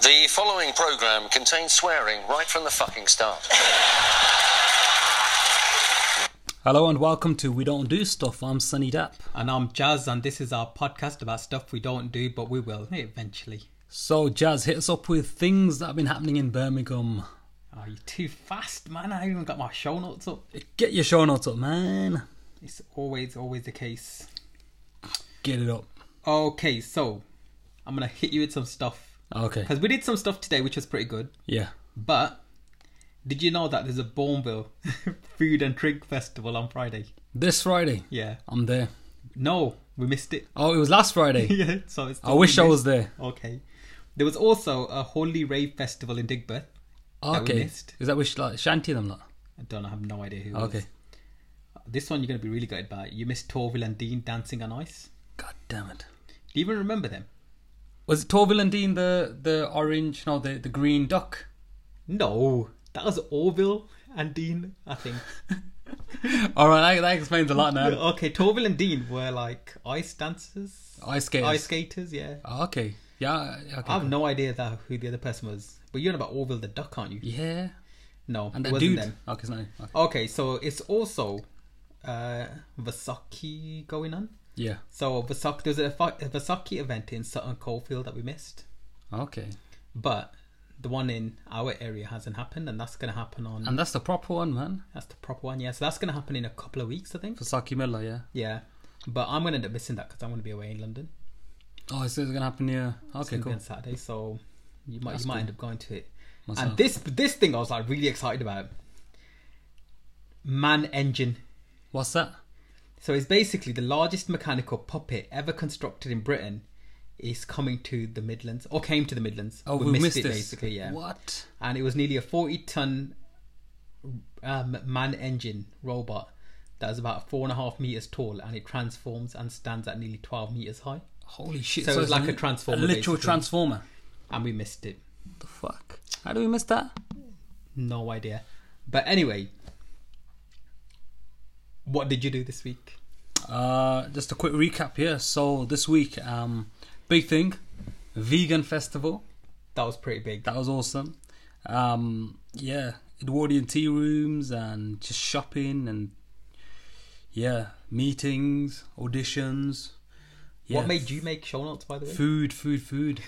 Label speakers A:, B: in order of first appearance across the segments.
A: The following program contains swearing right from the fucking start.
B: Hello and welcome to We Don't Do Stuff. I'm Sunny Dapp.
C: And I'm Jazz, and this is our podcast about stuff we don't do, but we will eh, eventually.
B: So, Jazz, hit us up with things that have been happening in Birmingham.
C: Oh, you're too fast, man. I haven't even got my show notes up.
B: Get your show notes up, man.
C: It's always, always the case.
B: Get it up.
C: Okay, so I'm going to hit you with some stuff.
B: Okay.
C: Because we did some stuff today, which was pretty good.
B: Yeah.
C: But did you know that there's a Bourneville Food and Drink Festival on Friday?
B: This Friday,
C: Yeah.
B: I'm there.
C: No, we missed it.
B: Oh, it was last Friday.
C: yeah, so it's.
B: I wish I
C: we
B: was
C: missed.
B: there.
C: Okay. There was also a Holy Rave Festival in Digbeth. we
B: Okay.
C: missed.
B: Is that which like Shanty them lot?
C: I don't know, I have no idea who. it was.
B: Okay.
C: This one you're going to be really gutted by. You missed Torville and Dean dancing on ice.
B: God damn it.
C: Do you even remember them?
B: Was it Torville and Dean the the orange? No, the the green duck.
C: No, that was Orville and Dean, I think.
B: All right, that, that explains a lot now.
C: okay, Torville and Dean were like ice dancers,
B: Ice skaters.
C: ice skaters. Yeah,
B: Oh, okay. Yeah. Okay.
C: I have no idea that who the other person was. But you know about Orville the duck, aren't you?
B: yeah.
C: No,
B: And
C: it
B: that
C: wasn't
B: dude.
C: them.
B: Okay, it's not him. Okay.
C: Okay, so it's also uh Vasaki going on.
B: Yeah.
C: So Vasaki, there's a, fa- a Vasaki event in Sutton Coldfield that we missed.
B: Okay.
C: but the one in our area hasn't happened, and that's going to happen on.
B: And that's the proper one, man.
C: that's the proper one, yeah. So that's going to happen in a couple of weeks, I think.
B: For Saki Miller, yeah.
C: Yeah, but I'm going to end up missing that because I'm going to be away in London
B: Oh, so it's gonna happen here. Okay,
C: Gonna be
B: cool.
C: on Saturday, so you might
B: That's
C: you might
B: cool.
C: end up going to it.
B: Myself.
C: And this this thing I was like really excited about. Man engine.
B: What's that?
C: So it's basically the largest mechanical puppet ever constructed in Britain. Is coming to the Midlands or came to the Midlands.
B: Oh, we, missed, this.
C: basically, yeah.
B: What?
C: and it was nearly a 40 ton um, man engine robot that is about four and a half meters tall and it transforms and stands at nearly 12 meters high
B: Holy shit!
C: So it's like a
B: li-
C: transformer,
B: a literal
C: basically.
B: transformer.
C: and we missed it
B: The fuck? How do we miss that?
C: no idea but anyway what did you do this week
B: Uh, just a quick recap here. So this week, um, big thing, vegan festival.
C: that was pretty big
B: That was awesome. Um, yeah, Edwardian tea rooms and just shopping and yeah, meetings, auditions. Yeah,
C: what made you make show notes by the way
B: Food, food, food.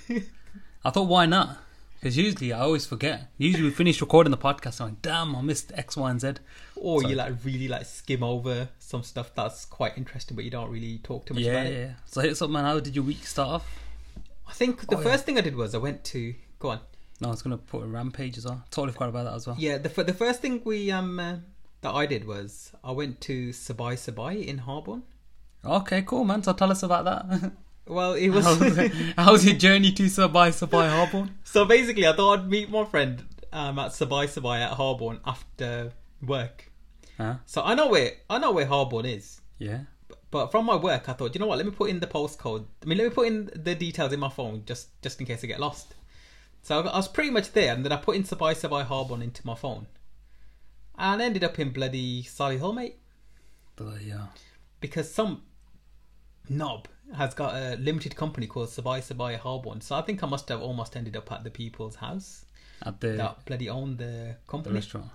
B: I thought, why not? Because usually I always forget. Usually we finish recording the podcast and I'm like, damn, I missed X, Y, and Z.
C: or you like really like skim over some stuff that's quite interesting but you don't really talk too much
B: Yeah,
C: about it
B: yeah. So hit us up, man. How did your week start off?
C: i think the
B: Oh, yeah.
C: first thing i did was i went to go on
B: No, I was going to put a rampage as well. Totally forgot about that as well.
C: Yeah, the f- the first thing we um uh, that I did was I went to Sabai Sabai in Harborne.
B: Okay, cool, man. So tell us about that.
C: Well, it was
B: how's, how's your journey to Sabai Sabai Harbour?
C: so basically I thought I'd meet my friend um at Sabai Sabai at Harborne after work.
B: Huh?
C: So I know where I know where Harborne is,
B: Yeah.
C: but from my work I thought, you know what? Let me put in the postcode. I mean, let me put in the details in my phone just just in case I get lost. So I I was pretty much there, and then I put in Sabai Sabai Harborne into my phone, and ended up in bloody Sally Hill, mate.
B: But yeah.
C: because some knob has got a limited company called Sabai Sabai Harborn. So I think I must have almost ended up at the people's house
B: At the,
C: that bloody owned the
B: the
C: company.
B: restaurant.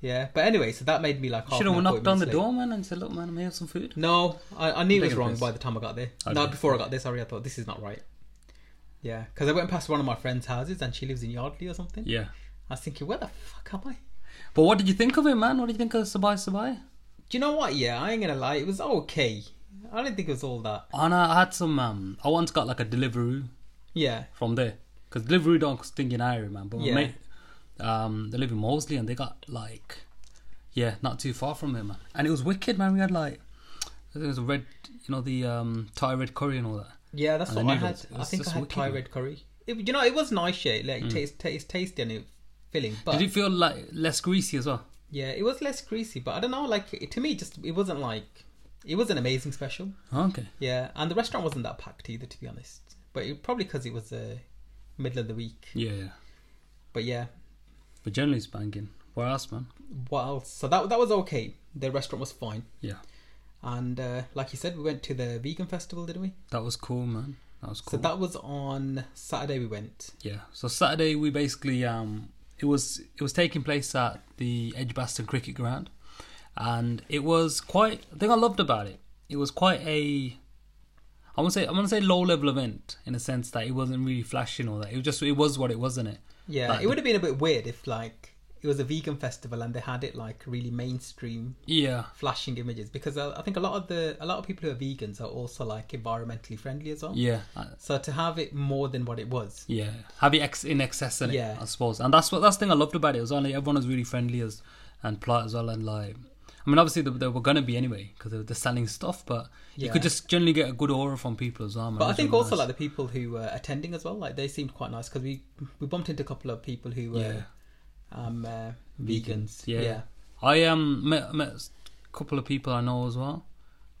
C: Yeah, but anyway, so that made me like half
B: Should
C: an
B: have
C: hour
B: knocked on the
C: appointment
B: door, man, and said, look, man, I'm here with some food.
C: late. No, I, I knew it was
B: Taking
C: wrong
B: piss.
C: by the time I got there. No,
B: Okay.
C: before I got there, sorry, I thought this is not right. Yeah, because I went past one of my friend's houses and she lives in Yardley or something.
B: Yeah.
C: I was thinking, where the fuck am I?
B: But what did you think of it, man? What did you think of Sabai Sabai?
C: Do you know what? Yeah, I ain't gonna lie, it was okay. I didn't think it was all that.
B: And I had some, um, I once got like a delivery
C: Yeah,
B: from there. Because delivery don't sting in Ireland, man. But my
C: Yeah.
B: mate, um, they live in Moseley and they got like, yeah, not too far from there, man. And it was wicked, man. We had like, I think it was red, you know, the um, Thai red curry and all that.
C: Yeah, that's
B: And the
C: what I had.
B: noodles. It
C: I
B: was
C: think I
B: just
C: had
B: wicked,
C: Thai
B: man.
C: red curry. It, you know, it was nice, yeah. Like, it tastes, tastes tasty and it filling. But
B: Did it feel like less greasy as well?
C: yeah, it was less greasy. But I don't know, like it, to me, just it wasn't like it was an amazing special.
B: Okay.
C: Yeah, and the restaurant wasn't that packed either, to be honest. But it, probably because it was uh, middle of the week.
B: Yeah, yeah.
C: But yeah,
B: But generally it's banging. Where else, man?
C: what else? So that that was okay. The restaurant was fine,
B: Yeah.
C: and uh, like you said, we went to the vegan festival, didn't we?
B: That was cool, man. That was
C: So
B: cool.
C: that was on Saturday we went.
B: yeah. So Saturday we basically um it was it was taking place at the Edgbaston Cricket Ground, and it was quite the thing I loved about it. It was quite a I want to say I want to say low level event in a sense that it wasn't really flashing or that it was just it was what it was, wasn't it?
C: Yeah,
B: Like
C: it
B: the-
C: would have been a bit weird if like it was a vegan festival and they had it like really mainstream
B: Yeah,
C: flashing images because uh, I, I think a lot of the a lot of people who are vegans are also like environmentally friendly as well.
B: yeah, uh,
C: So to have it more than what it was,
B: yeah. Have it ex- in excess in it,
C: Yeah.
B: I suppose, and that's what that's the thing I loved about it. It was only everyone was really friendly as and polite as well, and like. I mean, obviously they, they were gonna be anyway because they were they're selling stuff, but you
C: Yeah.
B: could just generally get a good aura from people as well. Man. It
C: but I
B: was
C: think
B: really
C: also
B: nice.
C: like the people who were attending as well, like they seemed quite nice because we we bumped into a couple of people who were um, uh, vegans.
B: Yeah. I um met met a couple of people I know as well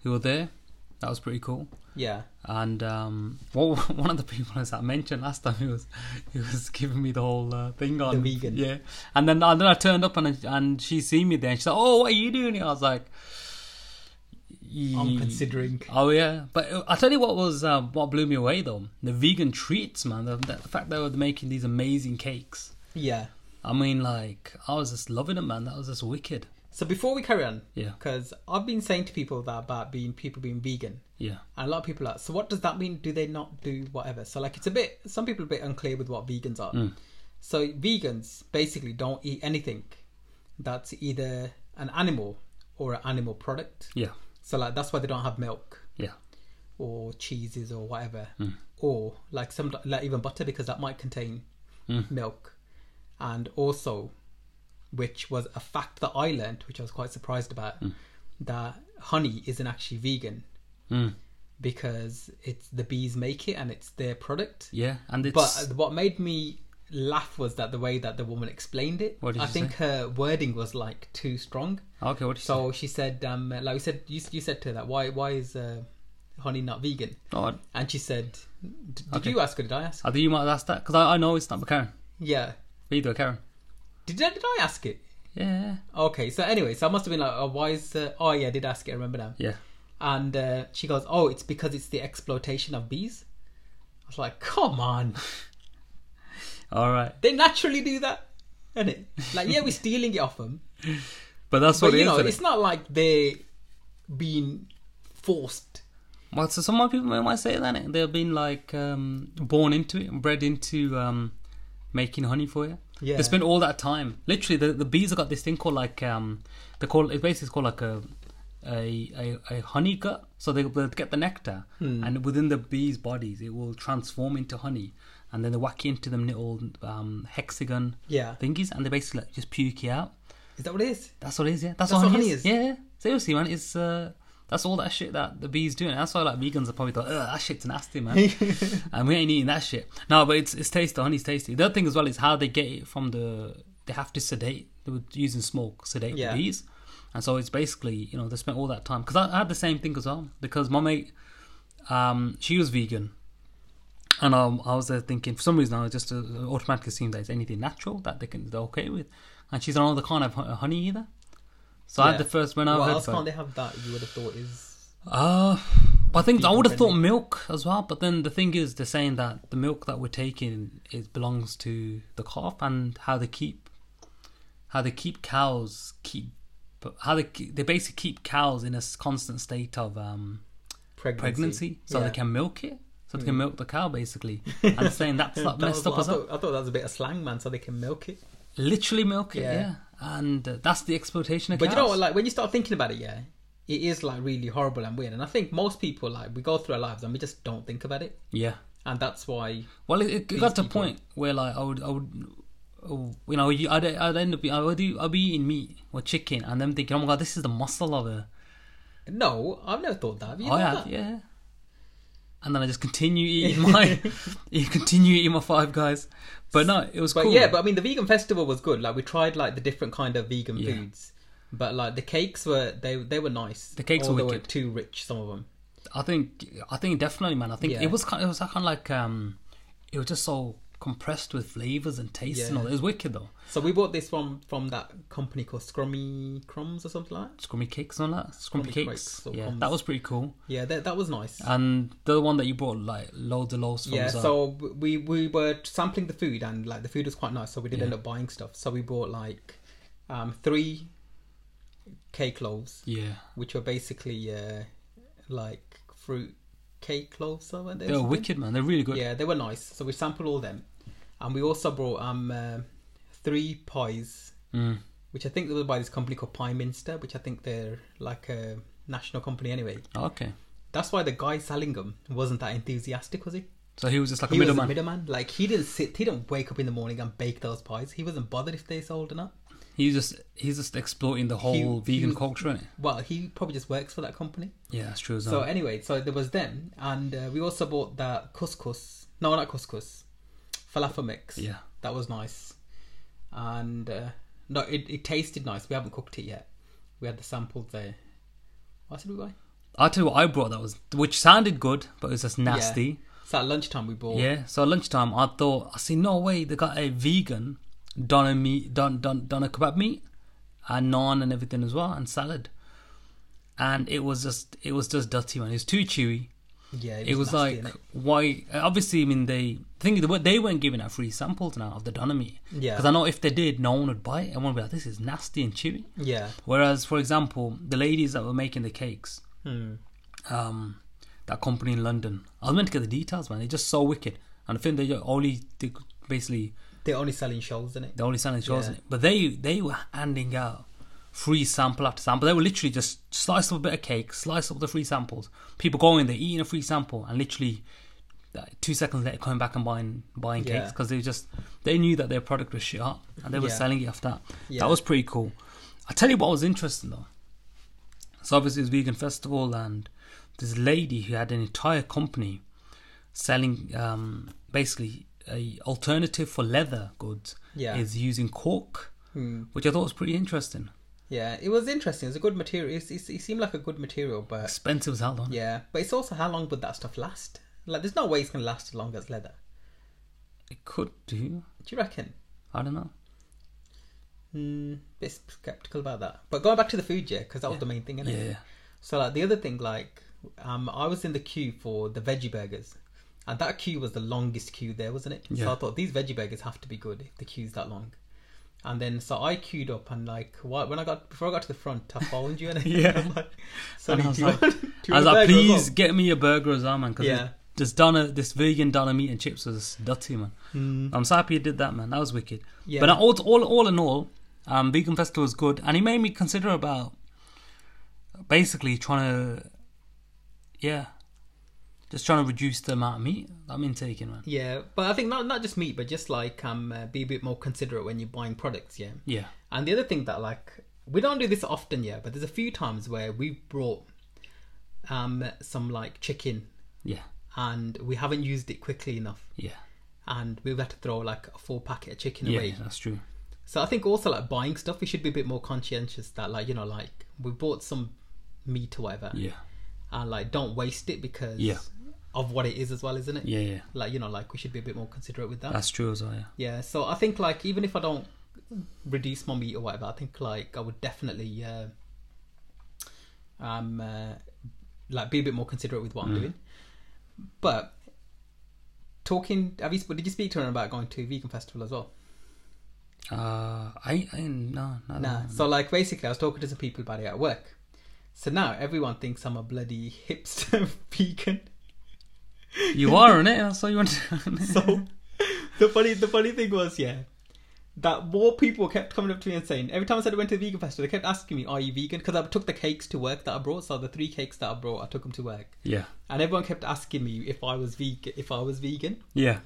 B: who were there. That was pretty cool.
C: yeah,
B: And um, well, one of the people as I mentioned last time, he was he was giving me the whole uh, thing on
C: vegan.
B: Yeah, and then and then I turned up and and she seen me there. and She's like, "Oh, what are you doing?" here?" I was like,
C: I'm
B: "Ye-
C: considering.
B: Oh yeah, but I tell you what was uh, what blew me away though the vegan treats, man. The, the fact they were making these amazing cakes.
C: Yeah.
B: I mean, like I was just loving it, man. That was just wicked.
C: So before we carry on,
B: Yeah.
C: because I've been saying to people that about being people being vegan,
B: Yeah,
C: and a lot of people are. So what does that mean? Do they not do whatever? So like it's a bit. Some people are a bit unclear with what vegans are. So vegans basically don't eat anything that's either an animal or an animal product.
B: yeah,
C: So like that's why they don't have milk
B: yeah,
C: or cheeses or whatever,
B: Hmm.
C: or like some like even butter because that might contain
B: Hmm.
C: milk, and also, which was a fact that I learned, which I was quite surprised about,
B: Hmm.
C: that honey isn't actually vegan
B: Hmm.
C: because it's the bees make it and it's their product.
B: yeah. And it's
C: But what made me laugh was that the way that the woman explained it.
B: What did
C: I
B: she
C: think
B: say?
C: her wording was like too strong.
B: okay. What did you
C: uh, So she said, um, like we said, you, you said to her that why why is uh, honey not vegan?
B: say? Oh, I,
C: And she said, d- "Did
B: Okay.
C: you ask or did I ask?"
B: I think you might have asked that because I, I know it's not, but Karen,
C: yeah.
B: we do a Karen.
C: Did I, did I ask it?
B: Yeah,
C: Okay. So anyway, so I must have been like, "Oh, why is?" Uh, oh yeah, I did ask it. I remember now.
B: yeah.
C: And uh, she goes, "Oh, it's because it's the exploitation of bees." I was like, "Come on,
B: All right,
C: they naturally do that, isn't it? Like, yeah, we're stealing it off them,
B: but that's
C: but
B: what it
C: you
B: is.
C: know,
B: isn't
C: it's
B: it?
C: not like they're being forced."
B: Well, so some people may- might say that innit? they've been like um, born into it and bred into um, making honey for you.
C: Yeah.
B: They spend all that time. Literally, the, the bees have got this thing called like um, they call it basically it's called like a a, a, a honey gut. So they they get the nectar, and within the bees' bodies, it will transform into honey, and then they whack into them little um, hexagon
C: Yeah.
B: thingies, and they basically like, just puke it out.
C: Is that what it is?
B: That's what it is, yeah. That's,
C: That's
B: what
C: what
B: honey
C: honey
B: is.
C: is.
B: Yeah, yeah. Seriously, man, it's uh, that's all that shit that the bees doing. That's why like vegans are probably like, Ugh, that shit's nasty, man. and we ain't eating that shit. No, but it's it's tasty. The honey's tasty. The other thing as well is how they get it from the. They have to sedate. They were using smoke sedate
C: Yeah.
B: the bees, and so it's basically you know they spent all that time. Because I, I had the same thing as well. Because my mate, um, she was vegan. And um, I was there thinking, for some reason, I just uh, automatically assumed that it's anything natural that they can they're okay with. And she's like, "Oh, they can't have hon- honey either." So I had
C: Yeah.
B: the first when I
C: What
B: heard
C: else can't
B: about.
C: they have that you would have thought is
B: Uh, but I think I
C: Vegan
B: would have thought
C: friendly.
B: milk as well. But then the thing is, they're saying that the milk that we're taking it belongs to the calf and how they keep how they keep cows keep how they keep, they basically keep cows in a s- constant state of um
C: pregnancy?
B: pregnancy, so
C: Yeah. Hmm.
B: they can milk it. So they can milk the cow basically, and saying that's not
C: That
B: messed
C: was
B: up
C: what-
B: as
C: I,
B: well.
C: thought, I thought that was a bit of slang, man, so they can milk it.
B: Literally milk it, yeah.
C: Yeah.
B: And uh, that's the exploitation of
C: But
B: cows.
C: you know what, like, when you start thinking about it, yeah, it is, like, really horrible and weird. And I think most people, like, we go through our lives and we just don't think about it.
B: yeah.
C: And that's why,
B: Well, it, it got to a
C: people.
B: point where like I would, I would, oh, you know, you- I'd, I'd end up, I would, do- I'd be eating meat or chicken, and then thinking, oh my god, this is the muscle of a.
C: no, I've never thought that. Have you
B: I
C: thought
B: have,
C: that?
B: yeah. And then I just continue eating my, you continue eating my five guys, but no, it was
C: But
B: cool.
C: yeah, but I mean, the vegan festival was good. Like, we tried, like, the different kind of vegan
B: Yeah.
C: foods. But, like, the cakes were, they they were nice. The
B: cakes
C: or
B: were
C: they were
B: wicked.
C: too rich, some of them.
B: I think I think definitely, man. I think
C: Yeah.
B: it was kind. It was kind of like um, it was just so compressed with flavors and tastes and
C: Yeah.
B: all. It was wicked though.
C: So we bought this from from that company called Scrummy Crumbs or something like that.
B: Scrummy cakes and all that. Scrummy,
C: Scrummy
B: cakes.
C: cakes or
B: yeah,
C: crumbs.
B: that was pretty cool.
C: Yeah, that that was nice.
B: And the other one that you bought like loads and loads from.
C: yeah,
B: as well.
C: so we we were sampling the food and like the food was quite nice, so we did
B: Yeah.
C: end up buying stuff. So we bought like um, three cake loaves,
B: yeah,
C: which were basically uh, like fruit cake loaves. Or
B: they were wicked, man. They're really good.
C: Yeah, they were nice. So we sampled all them, and we also brought um uh, three pies,
B: Mm.
C: which I think they were by this company called Pie Minster, which I think they're like a national company anyway.
B: Okay,
C: That's why the guy selling them wasn't that enthusiastic, was he?
B: so he was just like
C: He
B: a
C: was a
B: middleman.
C: middleman. Like he didn't sit, he didn't wake up in the morning and bake those pies. He wasn't bothered if they sold or not.
B: he's just he's just exploiting the
C: He-
B: whole
C: he
B: vegan
C: was-
B: culture in it.
C: Well, he probably just works for that company.
B: Yeah, that's true as
C: So
B: well.
C: anyway, so there was them, and uh, we also bought that couscous. No, not couscous, falafel mix.
B: Yeah.
C: that was nice, and uh, no, it, it tasted nice. We haven't cooked it yet. We had the samples there. What did we buy?
B: I'll tell you what I brought that was, which sounded good, but it was just nasty.
C: So at lunchtime we bought.
B: Yeah. So at lunchtime, I thought, I see no way they got a vegan doner meat, don don doner kebab meat, and naan and everything as well, and salad. And it was just, it was just dirty, man. It was too chewy.
C: yeah.
B: It was
C: nasty,
B: like,
C: innit?
B: why? Obviously, I mean, they think they, were- they weren't giving out free samples now of the doner meat.
C: Yeah.
B: Because I know if they did, no one would buy it. Everyone would be like, this is nasty and chewy.
C: yeah,
B: Whereas, for example, the ladies that were making the cakes, um, that company in London, I was meant to get the details, man. They're just so wicked, and I think they only they basically
C: they're only selling shoals in it.
B: they only selling shows
C: Yeah.
B: in it. But they they were handing out free sample after sample. They were literally just slice up a bit of cake, slice up the free samples. People go in there eating a free sample, and literally uh, two seconds later coming back and buying buying
C: Yeah.
B: cakes because they just they knew that their product was shit up, and they were
C: Yeah.
B: selling it after that.
C: Yeah.
B: That was pretty cool. I tell you what was interesting though. So obviously it's vegan festival, and this lady who had an entire company selling um, basically a alternative for leather goods
C: Yeah.
B: is using cork, which I thought was pretty interesting.
C: Yeah, it was interesting. It was a good material. It, it, it seemed like a good material, but
B: Expensive as hell, though.
C: yeah, but it's also how long would that stuff last? Like, there's no way it's gonna last as long as leather.
B: It could do.
C: Do you reckon?
B: I don't know.
C: Mm, bit skeptical about that. But going back to the food, yeah, because that was the main thing, innit?
B: Yeah.
C: So like the other thing, like um, I was in the queue for the veggie burgers, and that queue was the longest queue there, wasn't it? So
B: Yeah.
C: I thought these veggie burgers have to be good if the queue's that long. And then so I queued up and like why- when I got before I got to the front, I followed you and
B: Yeah.
C: I was like, so
B: And I
C: do
B: was
C: you
B: like-
C: want, do you
B: I was
C: want a
B: like,
C: burger as well?"
B: please get me a burger as well, man. Because
C: Yeah.
B: this doner, this vegan doner meat and chips was dirty, man. I'm so happy you did that, man. That was wicked.
C: Mm. Yeah.
B: But uh, all, all, all in all, um, vegan festival was good, and it made me consider about basically trying to, yeah, just trying to reduce the amount of meat I'm intaking, man.
C: Yeah, but I think not not just meat, but just like um, uh, be a bit more considerate when you're buying products. Yeah.
B: Yeah.
C: And the other thing that like we don't do this often, yeah, but there's a few times where we brought um some like chicken
B: Yeah.
C: and we haven't used it quickly enough,
B: Yeah.
C: and we've had to throw like a full packet of chicken
B: Yeah,
C: away.
B: that's true.
C: So I think also like buying stuff, we should be a bit more conscientious that like you know like we bought some meat or whatever,
B: Yeah.
C: and like don't waste it because
B: Yeah.
C: of what it is as well, isn't it?
B: Yeah, yeah.
C: Like you know like we should be a bit more considerate with that.
B: That's true as well, yeah.
C: Yeah, so I think like even if I don't reduce my meat or whatever, I think like I would definitely uh, um uh, like be a bit more considerate with what I'm doing. But talking, have you? sp- Did you speak to her about going to a vegan festival as well?
B: Uh, I, I, no, no,
C: Nah.
B: no.
C: So like basically, I was talking to some people about it at work. So now everyone thinks I'm a bloody hipster vegan.
B: You are in it. That's all you want. To...
C: So the funny the funny thing was, yeah, that more people kept coming up to me and saying every time I said I went to the vegan festival, they kept asking me, "Are you vegan?" Because I took the cakes to work that I brought. So the three cakes that I brought, I took them to work,
B: yeah.
C: and everyone kept asking me if I was vegan. If I was vegan,
B: Yeah.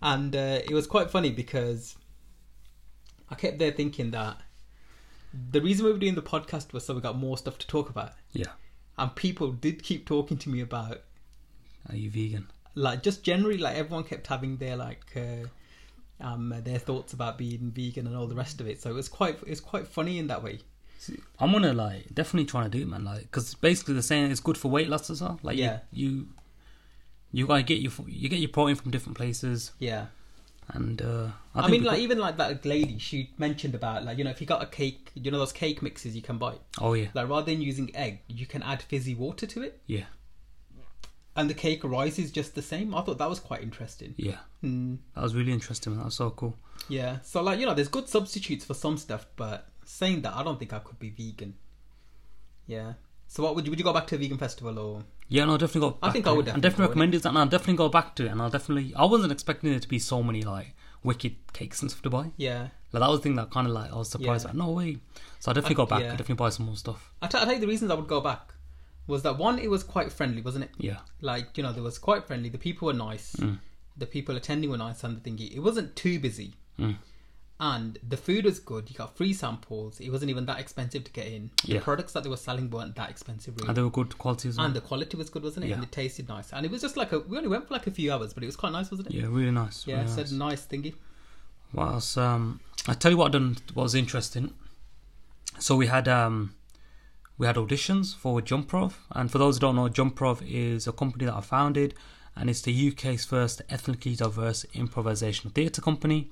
C: and uh, it was quite funny because I kept there thinking that the reason we were doing the podcast was so we got more stuff to talk about,
B: Yeah.
C: and people did keep talking to me about
B: Are you vegan?
C: like just generally like everyone kept having their like uh, um their thoughts about being vegan and all the rest of it so it was quite it's quite funny in that way
B: I'm gonna like definitely trying to do it, man. Like, because basically they're saying it's good for weight loss as well. Like, you-
C: Yeah.
B: you, you, gotta get your you get your protein from different places,
C: yeah
B: And uh, I,
C: I
B: think
C: mean,
B: we
C: like
B: got-
C: even like that lady, she mentioned about like you know if you got a cake, you know those cake mixes you can buy.
B: oh yeah,
C: Like rather than using egg, you can add fizzy water to it,
B: yeah,
C: and the cake rises just the same. I thought that was quite interesting.
B: yeah.
C: Hmm.
B: That was really interesting. That was so cool.
C: Yeah. So like you know, there's good substitutes for some stuff, but saying that, I don't think I could be vegan. Yeah. So what would you would you go back to a vegan festival or?
B: Yeah, no, definitely go. Back
C: I think
B: to
C: I would
B: it.
C: definitely
B: definitely
C: go,
B: recommend it, and I'll definitely go back to it. And I'll definitely. I wasn't expecting there to be so many like wicked cakes and stuff to buy.
C: Yeah.
B: Like that was the thing that kind of like I was surprised.
C: Yeah.
B: Like, no way. So I definitely go back.
C: yeah.
B: I definitely buy some more stuff.
C: I t- I tell you the reasons I would go back was that one, it was quite friendly, wasn't it?
B: Yeah,
C: Like you know, there was quite friendly. The people were nice.
B: Mm.
C: The people attending were nice, and the thingy. It wasn't too busy.
B: Mm.
C: And the food was good. You got free samples. It wasn't even that expensive to get in.
B: Yeah.
C: The products that they were selling weren't that expensive, really.
B: and they were good quality as well.
C: and the quality was good, wasn't it? And
B: Yeah.
C: it tasted nice. And it was just like a. We only went for like a few hours, but it was quite nice, wasn't it?
B: yeah, really nice.
C: Yeah,
B: really
C: it's
B: nice.
C: a nice thingy.
B: What else? Um, I tell you what I done what was interesting. So we had um, we had auditions for Jumprov, and for those who don't know, Jumprov is a company that I founded, and it's the UK's first ethnically diverse improvisational theatre company,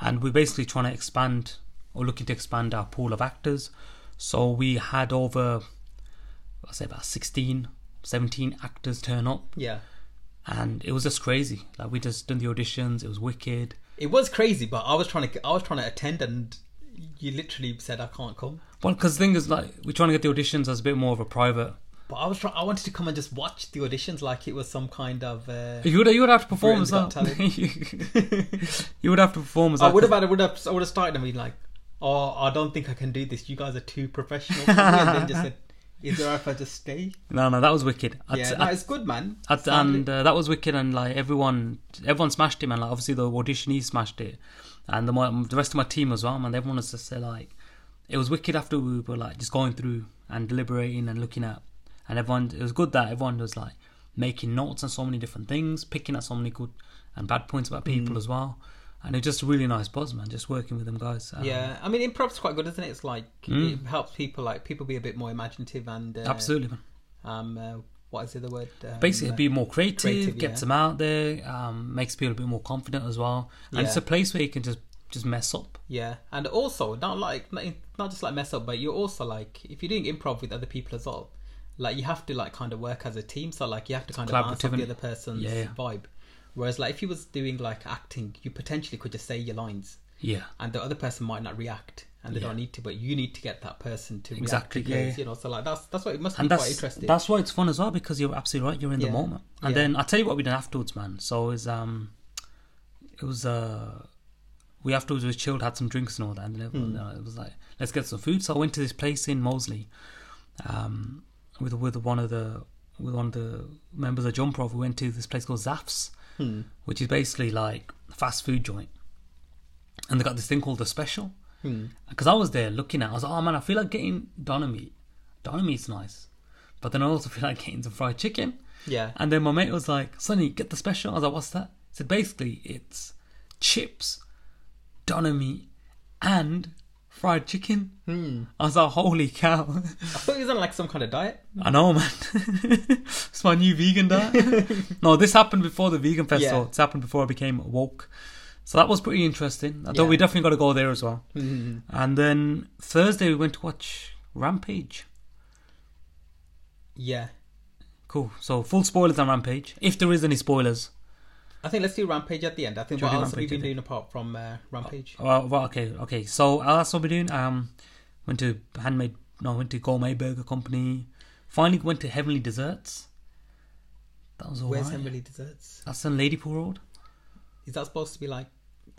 B: and we're basically trying to expand or looking to expand our pool of actors. So we had over, I say about 16, 17 actors turn up,
C: Yeah,
B: and it was just crazy. Like we just done the auditions, it was wicked.
C: it was crazy, but I was trying to. I was trying to attend, and you literally said I can't come.
B: Well, because the thing is, like, we're trying to get the auditions as a bit more of a private.
C: But I was trying. I wanted to come and just watch the auditions, like it was some kind of. Uh,
B: You would, you would have to perform
C: Britain's
B: as well.
C: Got Talent.
B: you, you would have to perform as
C: I
B: that.
C: would have, I would have, I would have started and been like, "Oh, I don't think I can do this. You guys are too professional." for me." and then just said, "Is there if I just stay?"
B: No, no, that was wicked. I'd-
C: Yeah,
B: I'd-
C: no, it's good, man.
B: I'd- and uh, that was wicked, and like everyone, everyone smashed it, man. Like obviously the auditionees smashed it, and the my, the rest of my team as well, man. Everyone was just uh, like, it was wicked after we were like just going through and deliberating and looking at, and everyone. It was good that everyone was like making notes on so many different things, picking at so many good and bad points about people
C: Mm.
B: as well, and it was just a really nice buzz, man. Just working with them guys. Um,
C: yeah, I mean, improv's quite good, isn't it? It's like
B: Mm.
C: it helps people, like people, be a bit more imaginative and uh,
B: absolutely, man.
C: Um, uh, what is the other word? Um,
B: basically
C: uh,
B: be more creative,
C: creative,
B: gets
C: yeah.
B: them out there, um, makes people a bit more confident as well. And it's
C: Yeah.
B: a place where you can just just mess up.
C: Yeah, and also not like not, not just like mess up, but you're also like if you're doing improv with other people as well, like you have to like kind of work as a team. So like you have to kind of bounce off
B: collaborative,
C: the
B: innit?
C: other person's
B: Yeah, yeah.
C: vibe. Whereas like if you was doing like acting, you potentially could just say your lines,
B: Yeah,
C: and the other person might not react, and they
B: Yeah.
C: don't need to, but you need to get that person to
B: Exactly,
C: react.
B: yeah,
C: because,
B: yeah.
C: You know, so like that's that's what it must
B: and
C: be quite
B: that's
C: interesting.
B: that's why it's fun as well because you're absolutely right. You're in
C: Yeah.
B: the moment, and
C: Yeah.
B: then I will tell you what we did afterwards, man. So is um, it was uh, we afterwards was chilled, had some drinks and all that, and then everyone,
C: Hmm.
B: uh, it was like let's get some food. So I went to this place in Mosley, um, with with one of the with one of the members of Jump Prof. We went to this place called Zaff's,
C: Hmm.
B: which is basically like a fast food joint, and they got this thing called the special.
C: Hmm.
B: Because I was there looking at, it, I was like, oh man, I feel like getting doner meat. Doner meat's nice, but then I also feel like getting some fried chicken.
C: yeah,
B: And then my mate was like, Sonny, get the special. I was like, what's that? He said, basically, it's chips, doner meat, and fried chicken.
C: Hmm.
B: I was like, holy cow.
C: I thought it was on like some kind of diet.
B: I know, man. it's my new vegan diet. no, this happened before the vegan festival.
C: Yeah.
B: It's happened before I became woke. So that was pretty interesting. I thought we
C: Yeah. Hmm.
B: definitely got to go there as well. And then Thursday we went to watch Rampage.
C: Yeah,
B: Cool. So full spoilers on Rampage, if there is any spoilers.
C: I think let's do Rampage at the end. I think
B: Do you
C: what
B: wanna do
C: else have we
B: Rampage at
C: been
B: the Oh,
C: doing apart from uh, Rampage?
B: Well, well, okay, okay. So uh, that's what we're doing. Um, went to handmade. No, went to Gourmet Burger Company. Finally went to Heavenly Desserts. That was all
C: Where's
B: right.
C: Heavenly Desserts?
B: That's on Ladypool Road.
C: Is that supposed to be like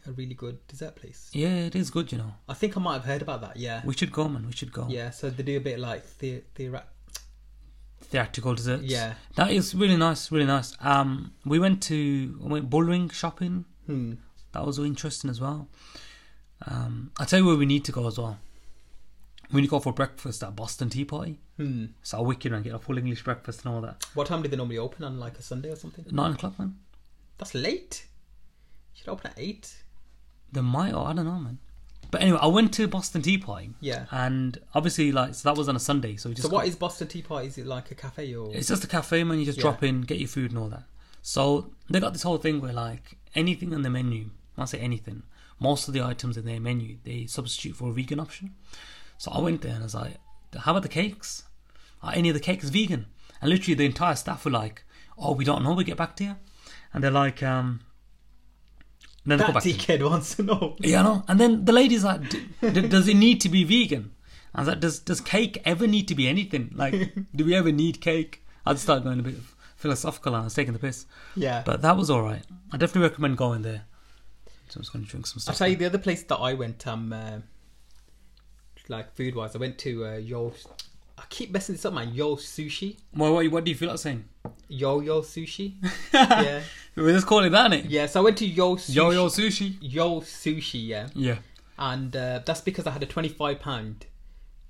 C: a really good dessert place?
B: Yeah, it is good. You know,
C: I think I might have heard about that. Yeah,
B: we should go, man. We should go.
C: yeah. So they do a bit like the the
B: theatrical desserts.
C: Yeah.
B: that is really nice, really nice. Um, we went to we went bullring shopping.
C: hmm.
B: That was interesting as well. Um, I tell you where we need to go as well. We need to go for breakfast at Boston Tea Party.
C: Hmm.
B: So wicked and get a full English breakfast and all that.
C: What time do they normally open on like a Sunday or something?
B: Nine o'clock, man.
C: That's late. Should open at eight.
B: They might, or I don't know, man. But anyway, I went to Boston Tea Party.
C: Yeah.
B: And obviously, like, so that was on a Sunday. So we just
C: So what
B: got-
C: is Boston Tea Party? Is it like a cafe or?
B: It's just a cafe, man. You just
C: Yeah.
B: drop in, get your food and all that. So they got this whole thing where like anything on the menu not say anything. Most of the items in their menu they substitute for a vegan option. So I went there and I was like, "How about the cakes? Are any of the cakes vegan?" And literally the entire staff were like, "Oh, we don't know. We get back to you." And they're like, um, and then they got
C: That
B: back to me.
C: dickhead wants to know.
B: You know, and then the lady's like, D- d- "Does it need to be vegan?" And I was like, "Does does cake ever need to be anything? Like, do we ever need cake?" I'd start going a bit philosophical, and I was taking the piss.
C: Yeah.
B: But that was all right. I definitely recommend going there. So I'm just going to drink some
C: I'll
B: stuff.
C: tell you the other place that I went, um, uh, like food wise, I went to uh, Yo. I keep messing this up, man. Yo Sushi.
B: Well, what, what do you feel like saying?
C: Yo Yo Sushi. yeah.
B: We're just calling that it.
C: Yeah, so I went to Yo Sushi.
B: Yo yo sushi.
C: Yo Sushi, yeah.
B: Yeah.
C: And uh, that's because I had a £25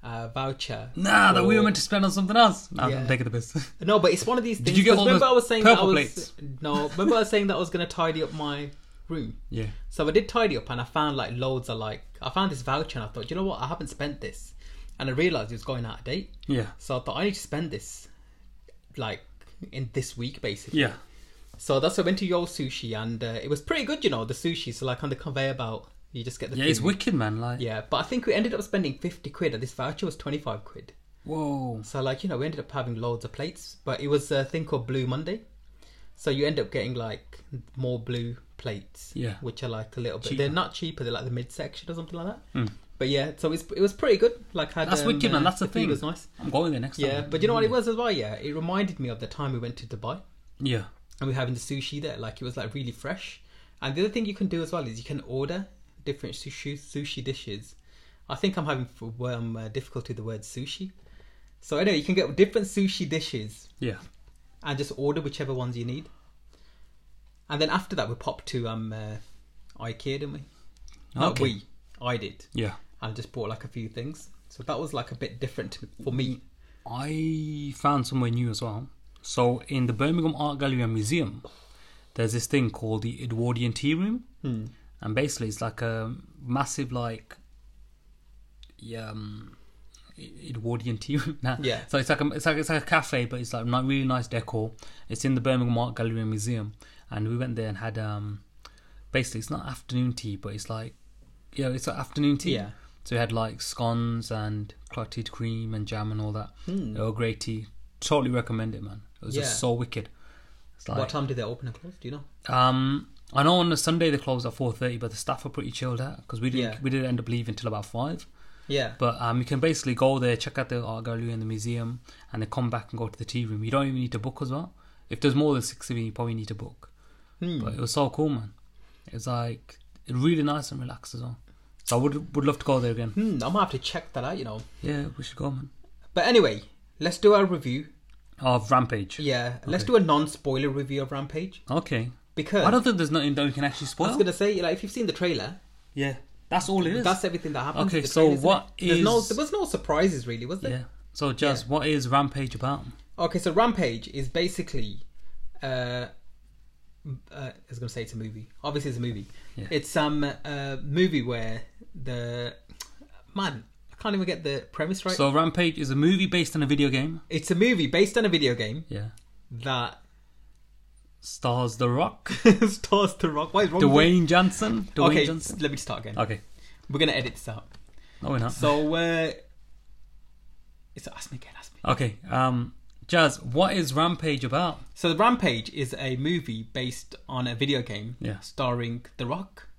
C: uh, voucher.
B: Nah, that we were
C: for-
B: meant to spend on something else. Nah,
C: Oh. Yeah.
B: I'm taking the piss.
C: No, but it's one of these things.
B: you get
C: 'cause
B: all
C: remember
B: those
C: I was saying
B: purple
C: that I was
B: plates?
C: no. Remember I was saying that I was going to tidy up my room.
B: yeah.
C: So I did tidy up, and I found like loads of like I found this voucher, and I thought, you know what, I haven't spent this, and I realized it was going out of date.
B: Yeah.
C: So I thought I need to spend this, like in this week basically.
B: Yeah.
C: So that's why I went to Yo Sushi, and uh, it was pretty good, you know, the sushi. So like on the conveyor belt, you just get the
B: Yeah, it's
C: food.
B: wicked, man. Like,
C: Yeah, but I think we ended up spending fifty quid, and this voucher was twenty five quid.
B: whoa.
C: So like you know, we ended up having loads of plates, but it was a thing called Blue Monday. So you end up getting like more blue plates,
B: Yeah.
C: which are like a little bit.
B: Cheaper. Hmm.
C: They're not cheaper; they're like the mid section or something like that. But yeah, so it's, it was pretty good. Like had,
B: That's
C: um,
B: wicked, man.
C: uh,
B: That's the,
C: food
B: thing.
C: Was nice.
B: I'm going there next
C: Yeah,
B: time.
C: but you know what it was as well. Yeah, it reminded me of the time we went to Dubai
B: Yeah.
C: and we were having the sushi there. Like it was like really fresh. And the other thing you can do as well is you can order different sushi sushi dishes. I think I'm having um, uh, difficulty with the word sushi. So anyway, you can get different sushi dishes
B: Yeah.
C: and just order whichever ones you need. And then after that, we popped to um uh, IKEA, didn't we? Not
B: Okay.
C: we, I did,
B: Yeah.
C: and just bought like a few things. So that was like a bit different for me.
B: I found somewhere new as well. So in the Birmingham Art Gallery and Museum, there's this thing called the Edwardian Tea Room, and basically it's like a massive like yeah, um, Edwardian tea room. Nah.
C: Yeah.
B: So it's like a, it's like it's like a cafe, but it's like not really nice decor. It's in the Birmingham Art Gallery and Museum, and we went there and had um, basically it's not afternoon tea, but it's like you know, it's like afternoon tea.
C: Yeah.
B: So we had like scones and clotted cream and jam and all that. Earl Grey tea. Totally recommend it, man. It was
C: Hmm. Yeah.
B: just so wicked. It's like
C: What time did they open and close? Do you know?
B: um, I know on a Sunday they closed at four thirty, but the staff were pretty chilled out because we didn't
C: Yeah.
B: we didn't end up leaving till about five.
C: Yeah.
B: But um, you can basically go there, check out the art gallery and the museum, and then come back and go to the tea room. You don't even need to book as well. If there's more than six of you, you probably need to book.
C: Hmm.
B: But it was so cool, man. It was like really nice and relaxed as well. So I would would love to go there again.
C: Hmm, I'm gonna have to check that out. You know.
B: Yeah, we should go, man.
C: But anyway, let's do our review.
B: Of Rampage.
C: Yeah, let's
B: Okay.
C: do a non-spoiler review of Rampage
B: Okay.
C: because
B: I don't think there's nothing that we can actually spoil.
C: I was gonna say like if you've seen the trailer,
B: Yeah, that's all it is.
C: that's everything that happens.
B: Okay,
C: in the
B: so
C: trailer, isn't
B: what
C: it? There's no,
B: is-
C: there was no surprises really, was there?
B: yeah. So, Jazz, what is Rampage about?
C: Okay, so Rampage is basically, uh, m- uh, I was going to say it's a movie. Obviously, it's a movie.
B: Yeah.
C: It's some uh, movie where the man I can't even get the premise right.
B: So, Rampage is a movie based on a video game.
C: it's a movie based on a video game
B: Yeah.
C: that
B: Stars The Rock,
C: stars The Rock. Why is wrong? with it?
B: Dwayne Johnson. Dwayne
C: Okay,
B: Johnson.
C: let me start again.
B: Okay.
C: We're going to edit this out.
B: No, we're not.
C: So, uh, it's ask me again. Ask me.
B: okay. Um, Jazz, what is Rampage about?
C: So, The Rampage is a movie based on a video game
B: Yeah.
C: starring The Rock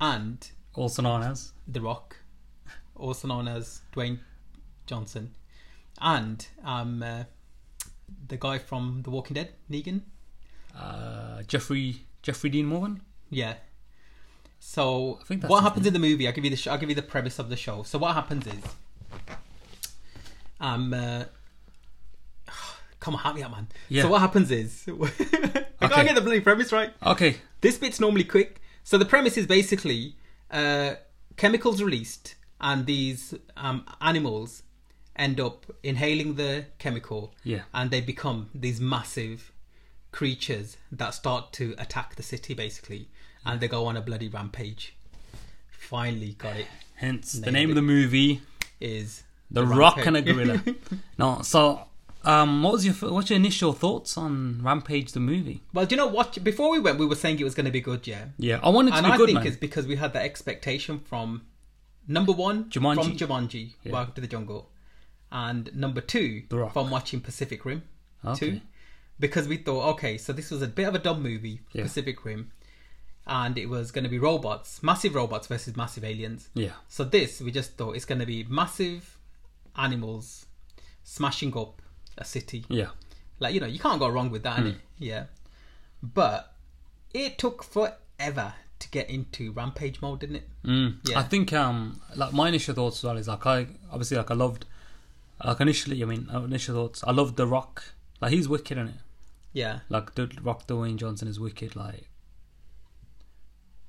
C: and
B: Also known as.
C: The Rock, also known as Dwayne Johnson, and um, uh, the guy from The Walking Dead, Negan.
B: Uh, Jeffrey Jeffrey Dean Morgan.
C: Yeah. So
B: think that's
C: what
B: his
C: happens in the movie? I'll give you the sh- I'll give you the premise of the show. So what happens is, um, uh, come on, help me out, man.
B: Yeah.
C: So what happens is, I
B: Okay.
C: can't get the bloody premise right.
B: Okay.
C: This bit's normally quick. So the premise is basically uh, chemicals released, and these um, animals end up inhaling the chemical,
B: Yeah.
C: and they become these massive creatures that start to attack the city, basically, and they go on a bloody rampage. Finally, got it.
B: Hence the
C: Nailed
B: name
C: it.
B: of the movie
C: Is
B: The Rock
C: Rampage.
B: and a Gorilla. no, so Um, what was your what's your initial thoughts on Rampage the movie?
C: Well, do you know what? Before we went, we were saying it was going to be good, yeah.
B: Yeah, I wanted to
C: And
B: be
C: I
B: good,
C: think
B: man.
C: it's because we had that expectation from number one
B: Jumanji.
C: from Jumanji,
B: Yeah.
C: Welcome to the Jungle, and number two
B: The Rock.
C: from watching Pacific Rim
B: Okay.
C: two, because we thought, okay, so this was a bit of a dumb movie,
B: Yeah.
C: Pacific Rim, and it was going to be robots, massive robots versus massive aliens.
B: Yeah,
C: So this, we just thought it's going to be massive animals smashing up a city.
B: yeah,
C: Like, you know, you can't go wrong with that,
B: Hmm.
C: innit? yeah. But it took forever to get into rampage mode, didn't it?
B: mm.
C: Yeah.
B: I think um, like my initial thoughts as well is like I obviously like I loved like initially. I mean, uh, initial thoughts. I loved The Rock. Like he's wicked in it.
C: Yeah,
B: Like the Rock Dwayne Johnson is wicked. Like,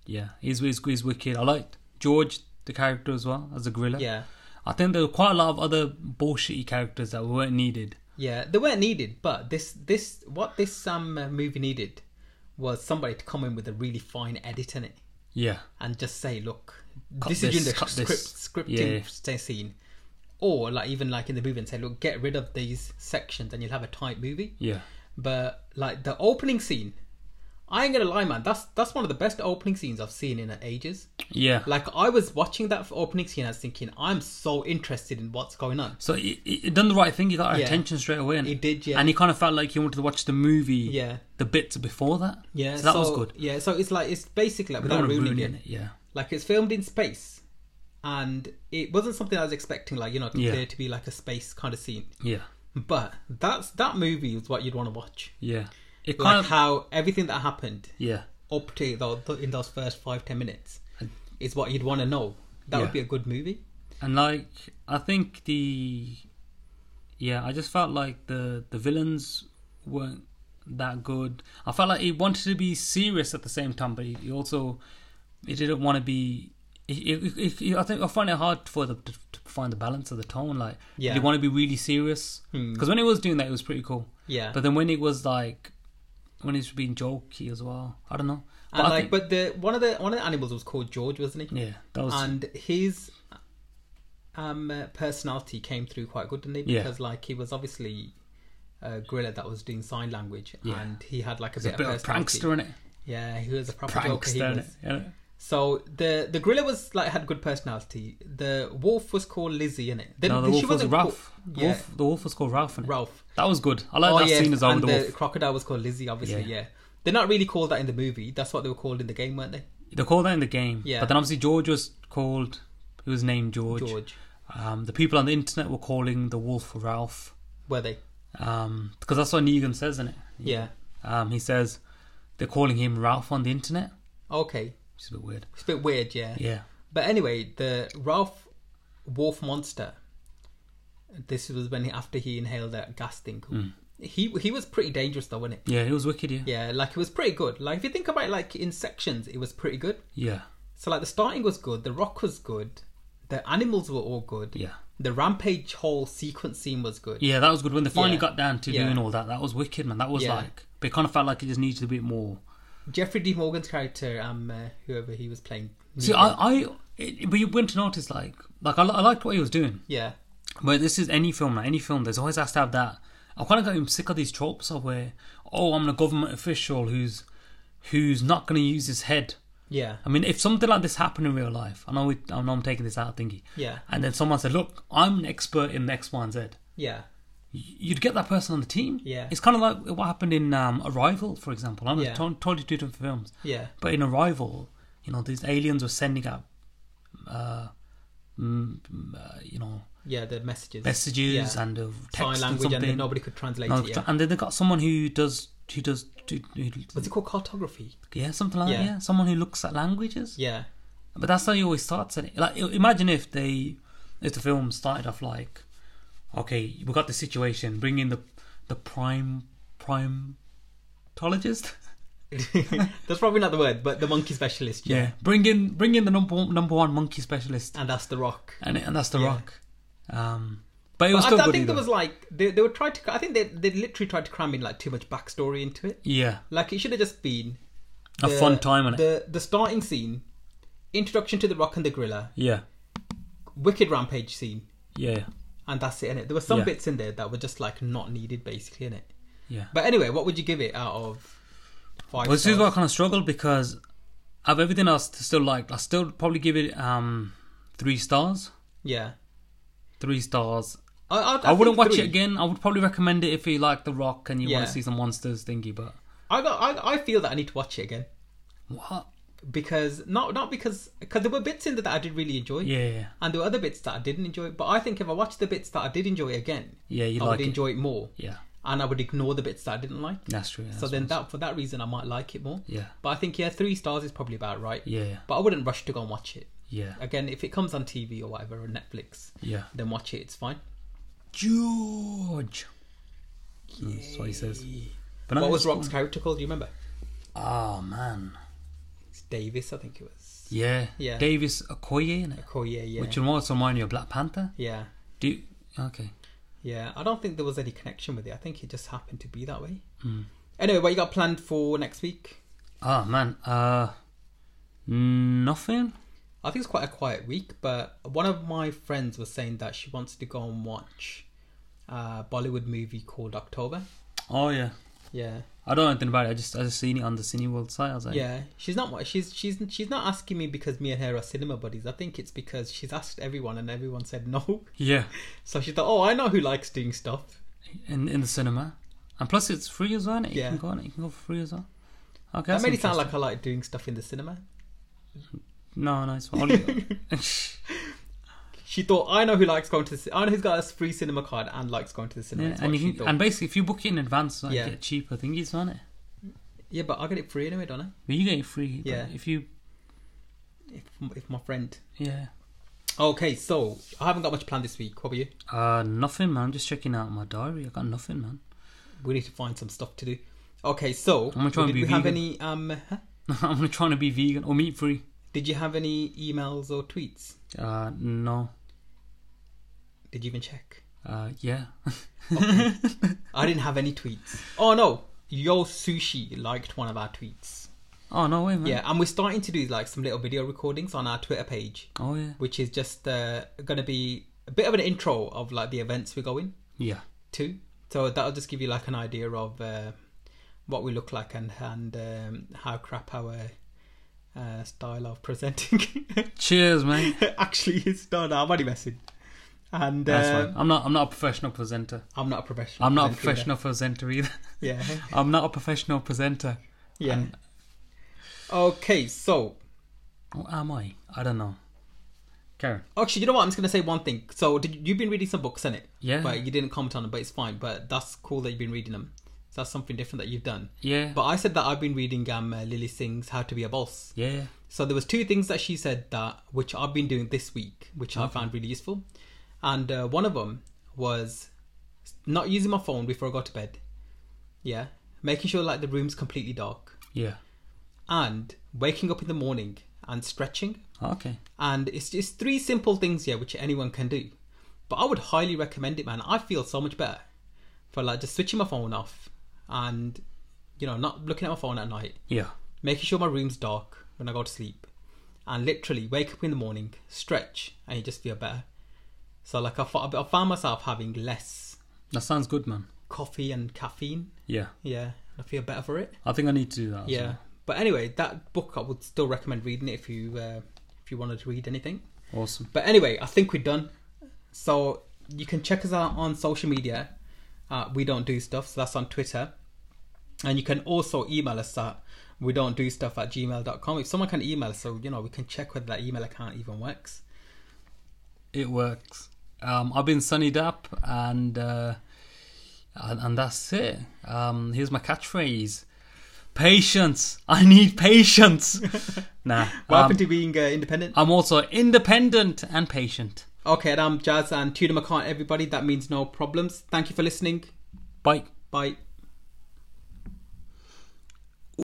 B: yeah, he's he's, he's wicked. I liked George the character as well as a gorilla.
C: yeah,
B: I think there were quite a lot of other bullshitty characters that weren't needed.
C: yeah. They weren't needed, but this, this, what this um uh, movie needed was somebody to come in with a really fine edit in it
B: Yeah,
C: and just say, look,
B: Cut
C: this,
B: this,
C: is in the
B: cut
C: script,
B: this. Yeah.
C: scripting st- scene, or like even like in the movie and say, look, get rid of these sections and you'll have a tight movie.
B: yeah,
C: But like the opening scene, I ain't gonna lie, man. That's that's one of the best opening scenes I've seen in ages.
B: yeah.
C: Like I was watching that opening scene, I was thinking, I'm so interested in what's going on.
B: So he, he he done the right thing. He got our
C: Yeah.
B: attention straight away. And,
C: He did, yeah.
B: And he kind of felt like he wanted to watch the movie.
C: Yeah.
B: The bits before that.
C: Yeah,
B: So that was good.
C: Yeah, so it's like it's basically like
B: We don't
C: without
B: want to
C: ruining,
B: ruin it.
C: it.
B: Yeah.
C: Like it's filmed in space, and it wasn't something I was expecting. Like you know, to,
B: Yeah.
C: there to be like a space kind of scene.
B: Yeah.
C: But that's that movie is what you'd want to watch.
B: Yeah. It kind
C: Like
B: of.
C: how everything that happened
B: yeah.
C: up to tho- tho- in those first five ten minutes is what you'd want to know. That
B: Yeah.
C: would be a good movie.
B: And like, I think the. Yeah, I just felt like the the villains weren't that good. I felt like he wanted to be serious at the same time, but he, he also he didn't want to be. He, he, he, I think I find it hard for the to, to find the balance of the tone. Like,
C: Yeah. Hmm.
B: did he want to be really serious? Because when he was doing that, it was pretty cool.
C: Yeah,
B: But then when it was like, when it's being jokey as well, I don't know. But
C: and
B: I
C: like,
B: think-
C: but the one of the one of the animals was called George, wasn't he?
B: yeah, that was
C: and his um uh, personality came through quite good, didn't he?
B: Yeah.
C: Because like he was obviously a gorilla that was doing sign language,
B: Yeah.
C: and he had like a
B: a
C: bit,
B: bit of
C: personality.
B: prankster in it.
C: Yeah, he was a proper joker. He
B: Prankster in it.
C: was.
B: Yeah.
C: So the the gorilla was like had good personality. The wolf was called Lizzie, innit? Then
B: No, the wolf was
C: wasn't
B: Ralph.
C: called-
B: The
C: yeah,
B: Wolf, the wolf was called Ralph. In it.
C: Ralph. Oh,
B: That was good. I like that scene as well.
C: and
B: with The
C: the
B: wolf.
C: crocodile was called Lizzie, obviously.
B: Yeah.
C: Yeah. they're not really called that in the movie. That's what they were called in the game, weren't they?
B: They called that in the game.
C: Yeah.
B: But then obviously George was called. He was named George.
C: George,
B: Um, the people on the internet were calling the wolf Ralph.
C: were they?
B: Um, because that's what Negan says in it.
C: Yeah.
B: Um, he says they're calling him Ralph on the internet,
C: Okay,
B: which is a bit weird.
C: it's a bit weird, yeah.
B: Yeah.
C: But anyway, the Ralph Wolf monster. This was when he, after he inhaled that gas thing.
B: Mm.
C: He he was pretty dangerous though, wasn't it?
B: Yeah, he was wicked. Yeah.
C: Yeah, like it was pretty good. Like if you think about it, like in sections, it was pretty good.
B: Yeah.
C: So like the starting was good, the rock was good, the animals were all good.
B: Yeah.
C: The rampage whole sequence scene was good.
B: Yeah, that was good. When they finally
C: Yeah.
B: got down to
C: Yeah.
B: doing all that, that was wicked, man. That was
C: Yeah.
B: like, but it kind of felt like it just needed a bit more.
C: Jeffrey D. Morgan's character, um, uh, whoever he was playing.
B: See, I, I, it, but you went to notice, like, like I, li- I liked what he was doing.
C: yeah,
B: But this is any film, like any film, there's always has to have that. I'm kind of getting sick of these tropes of where, oh, I'm a government official who's, who's not going to use his head.
C: yeah,
B: I mean, if something like this happened in real life, I know, we, I know I'm taking this out of thingy.
C: Yeah.
B: And then someone said, look, I'm an expert in X, Y, and Z.
C: yeah,
B: you'd get that person on the team.
C: Yeah.
B: It's kind of like what happened in um, Arrival, for example. I know
C: Yeah.
B: it's to- totally two different films.
C: yeah,
B: But in Arrival, you know, these aliens were sending out, uh, mm, mm, uh, you know,
C: yeah. The messages,
B: messages
C: Yeah.
B: and uh,
C: sign
B: text and
C: language, and
B: something.
C: then nobody could translate
B: No,
C: it. Yeah.
B: And then they got someone who does, who does, who, who,
C: What's it called? Cartography.
B: yeah, something like that.
C: Yeah.
B: Yeah, someone who looks at languages.
C: Yeah,
B: But that's how he always starts it. Like, i- imagine if they, if the film started off like, okay, we got the situation, bring in the, the prime, primatologist.
C: that's probably not the word, but the monkey specialist. Yeah,
B: Yeah, bring in, bring in the number one, number one monkey specialist,
C: and that's the rock.
B: and and that's the
C: Yeah.
B: Rock. Um, but it was
C: I,
B: still
C: I
B: good.
C: think there
B: either.
C: was like they, they were trying to. I think they they literally tried to cram in like too much backstory into it.
B: yeah,
C: Like it should have just been
B: a
C: the-
B: fun time on it.
C: The the starting scene, introduction to the rock and the gorilla,
B: Yeah,
C: wicked rampage scene,
B: yeah,
C: and that's it. Innit? There were some
B: Yeah.
C: bits in there that were just like not needed, basically. In it.
B: Yeah.
C: But anyway, what would you give it out of five?
B: Well, this is
C: stars?
B: where I kind of struggle because of everything else to still like, I still probably give it um three stars.
C: Yeah,
B: Three stars.
C: I, I,
B: I, wouldn't
C: think
B: watch
C: three.
B: it again. I would probably recommend it if you like The Rock and you want
C: Yeah.
B: to see some monsters thingy, but
C: I got. I, I feel that I need to watch it again
B: what?
C: because not not because because there were bits in there that I did really enjoy.
B: Yeah.
C: And there were other bits that I didn't enjoy, but I think if I watched the bits that I did enjoy again,
B: Yeah, you
C: I
B: like
C: would
B: it.
C: enjoy it more,
B: Yeah.
C: and I would ignore the bits that I didn't like.
B: That's true. yeah,
C: so
B: that's
C: then,
B: right.
C: that for that reason, I might like it more.
B: Yeah.
C: But I think yeah, three stars is probably about right.
B: Yeah.
C: But I wouldn't rush to go and watch it
B: Yeah.
C: again if it comes on TV or whatever or Netflix.
B: Yeah.
C: Then watch it. It's fine.
B: George. That's what he says. But no,
C: What was
B: it's-
C: Rock's character called? Do you remember?
B: Oh man.
C: It's Davis, I think it was.
B: Yeah.
C: Yeah.
B: Davis Okoye in it.
C: Oh yeah, yeah,
B: Which one also remind you of Black Panther?
C: yeah,
B: Do you, okay.
C: yeah. I don't think there was any connection with it. I think it just happened to be that way.
B: Hmm.
C: Anyway, what you got planned for next week? Ah,
B: Oh man. Uh nothing?
C: I think it's quite a quiet week, but one of my friends was saying that she wants to go and watch a Bollywood movie called October.
B: Oh yeah.
C: Yeah,
B: I don't know anything about it. I just I just seen it on the Cineworld site. I was like,
C: yeah. She's not. She's she's she's not asking me because me and her are cinema buddies. I think it's because she's asked everyone and everyone said no.
B: yeah,
C: So she thought, oh, I know who likes doing stuff.
B: in in the cinema, and plus it's free as well. Isn't it? You
C: Yeah.
B: can go on it. You can go for free as well. Okay,
C: That
B: that's
C: made it sound
B: interesting.
C: like I like doing stuff in the cinema.
B: no, no, it's only
C: She thought, I know who likes going to the. Ci- I know who's got a free cinema card and likes going to the cinema.
B: Yeah,
C: That's
B: and
C: what
B: you
C: she
B: can,
C: thought.
B: and basically if you book it in advance, like,
C: Yeah.
B: you get cheaper thingies on it.
C: yeah, but I get it free anyway, don't I?
B: But you get it free. but
C: Yeah.
B: If you,
C: If, if my friend.
B: yeah.
C: Okay, so I haven't got much planned this week. What about you?
B: Uh, nothing, man. I'm just checking out my diary. I got nothing, man.
C: We need to find some stuff to do. Okay, so
B: gonna try and
C: did
B: be
C: we have
B: vegan.
C: any? Um, huh?
B: I'm only trying to be vegan or meat free.
C: did you have any emails or tweets?
B: Uh, no.
C: Did you even check?
B: Uh, yeah.
C: I didn't have any tweets. Oh no, Yo Sushi liked one of our tweets.
B: oh no way, man.
C: Yeah, and we're starting to do like some little video recordings on our Twitter page,
B: Oh yeah.
C: which is just uh, gonna be a bit of an intro of like the events we're going
B: Yeah.
C: to. So that'll just give you like an idea of uh, what we look like and and um, how crap our uh, style of presenting
B: Cheers, man.
C: actually is. No, no, I'm only messing. And
B: That's
C: uh,
B: fine. I'm not. I'm not a professional presenter.
C: I'm not a professional.
B: I'm not a
C: presenter
B: professional presenter either.
C: either. Yeah,
B: I'm not a professional presenter.
C: yeah.
B: And-
C: Okay, so
B: What am I? I don't know. Karen.
C: Actually, you know what? I'm just gonna say one thing. So, did you've been reading some books, innit?
B: Yeah.
C: But you didn't comment on them, but it's fine. But that's cool that you've been reading them. So that's something different that you've done.
B: Yeah.
C: But I said that I've been reading um uh, Lily Singh's How to Be a Boss.
B: yeah.
C: So there was two things that she said that which I've been doing this week, which I found really useful. And uh, one of them was not using my phone before I go to bed. Yeah, making sure like the room's completely dark,
B: Yeah.
C: and waking up in the morning and stretching
B: Okay.
C: and it's just three simple things here which anyone can do but i would highly recommend it man i feel so much better for like just switching my phone off and you know not looking at my phone at night
B: Yeah.
C: making sure my room's dark when i go to sleep and literally wake up in the morning stretch and you just feel better so like i, fo- I found myself having less
B: That sounds good, man.
C: coffee and caffeine
B: Yeah.
C: yeah i feel better for it
B: I think I need to do that. as
C: yeah but anyway that book i would still recommend reading it if you uh, if you wanted to read anything
B: well. Awesome.
C: but anyway, I think we're done. So you can check us out on social media. Uh, we don't do stuff, so that's on Twitter. And you can also email us at we don't do stuff at gmail.com. If someone can email us, so you know, we can check whether that email account even works.
B: It works. Um, I've been sunnied up, and uh, and, and that's it. Um, here's my catchphrase: patience. I need patience. nah.
C: What
B: Um,
C: happened to being uh, independent?
B: I'm also independent and patient.
C: okay, and I'm Jazz and Tudor McCann, everybody. That means no problems. Thank you for listening.
B: Bye.
C: Bye.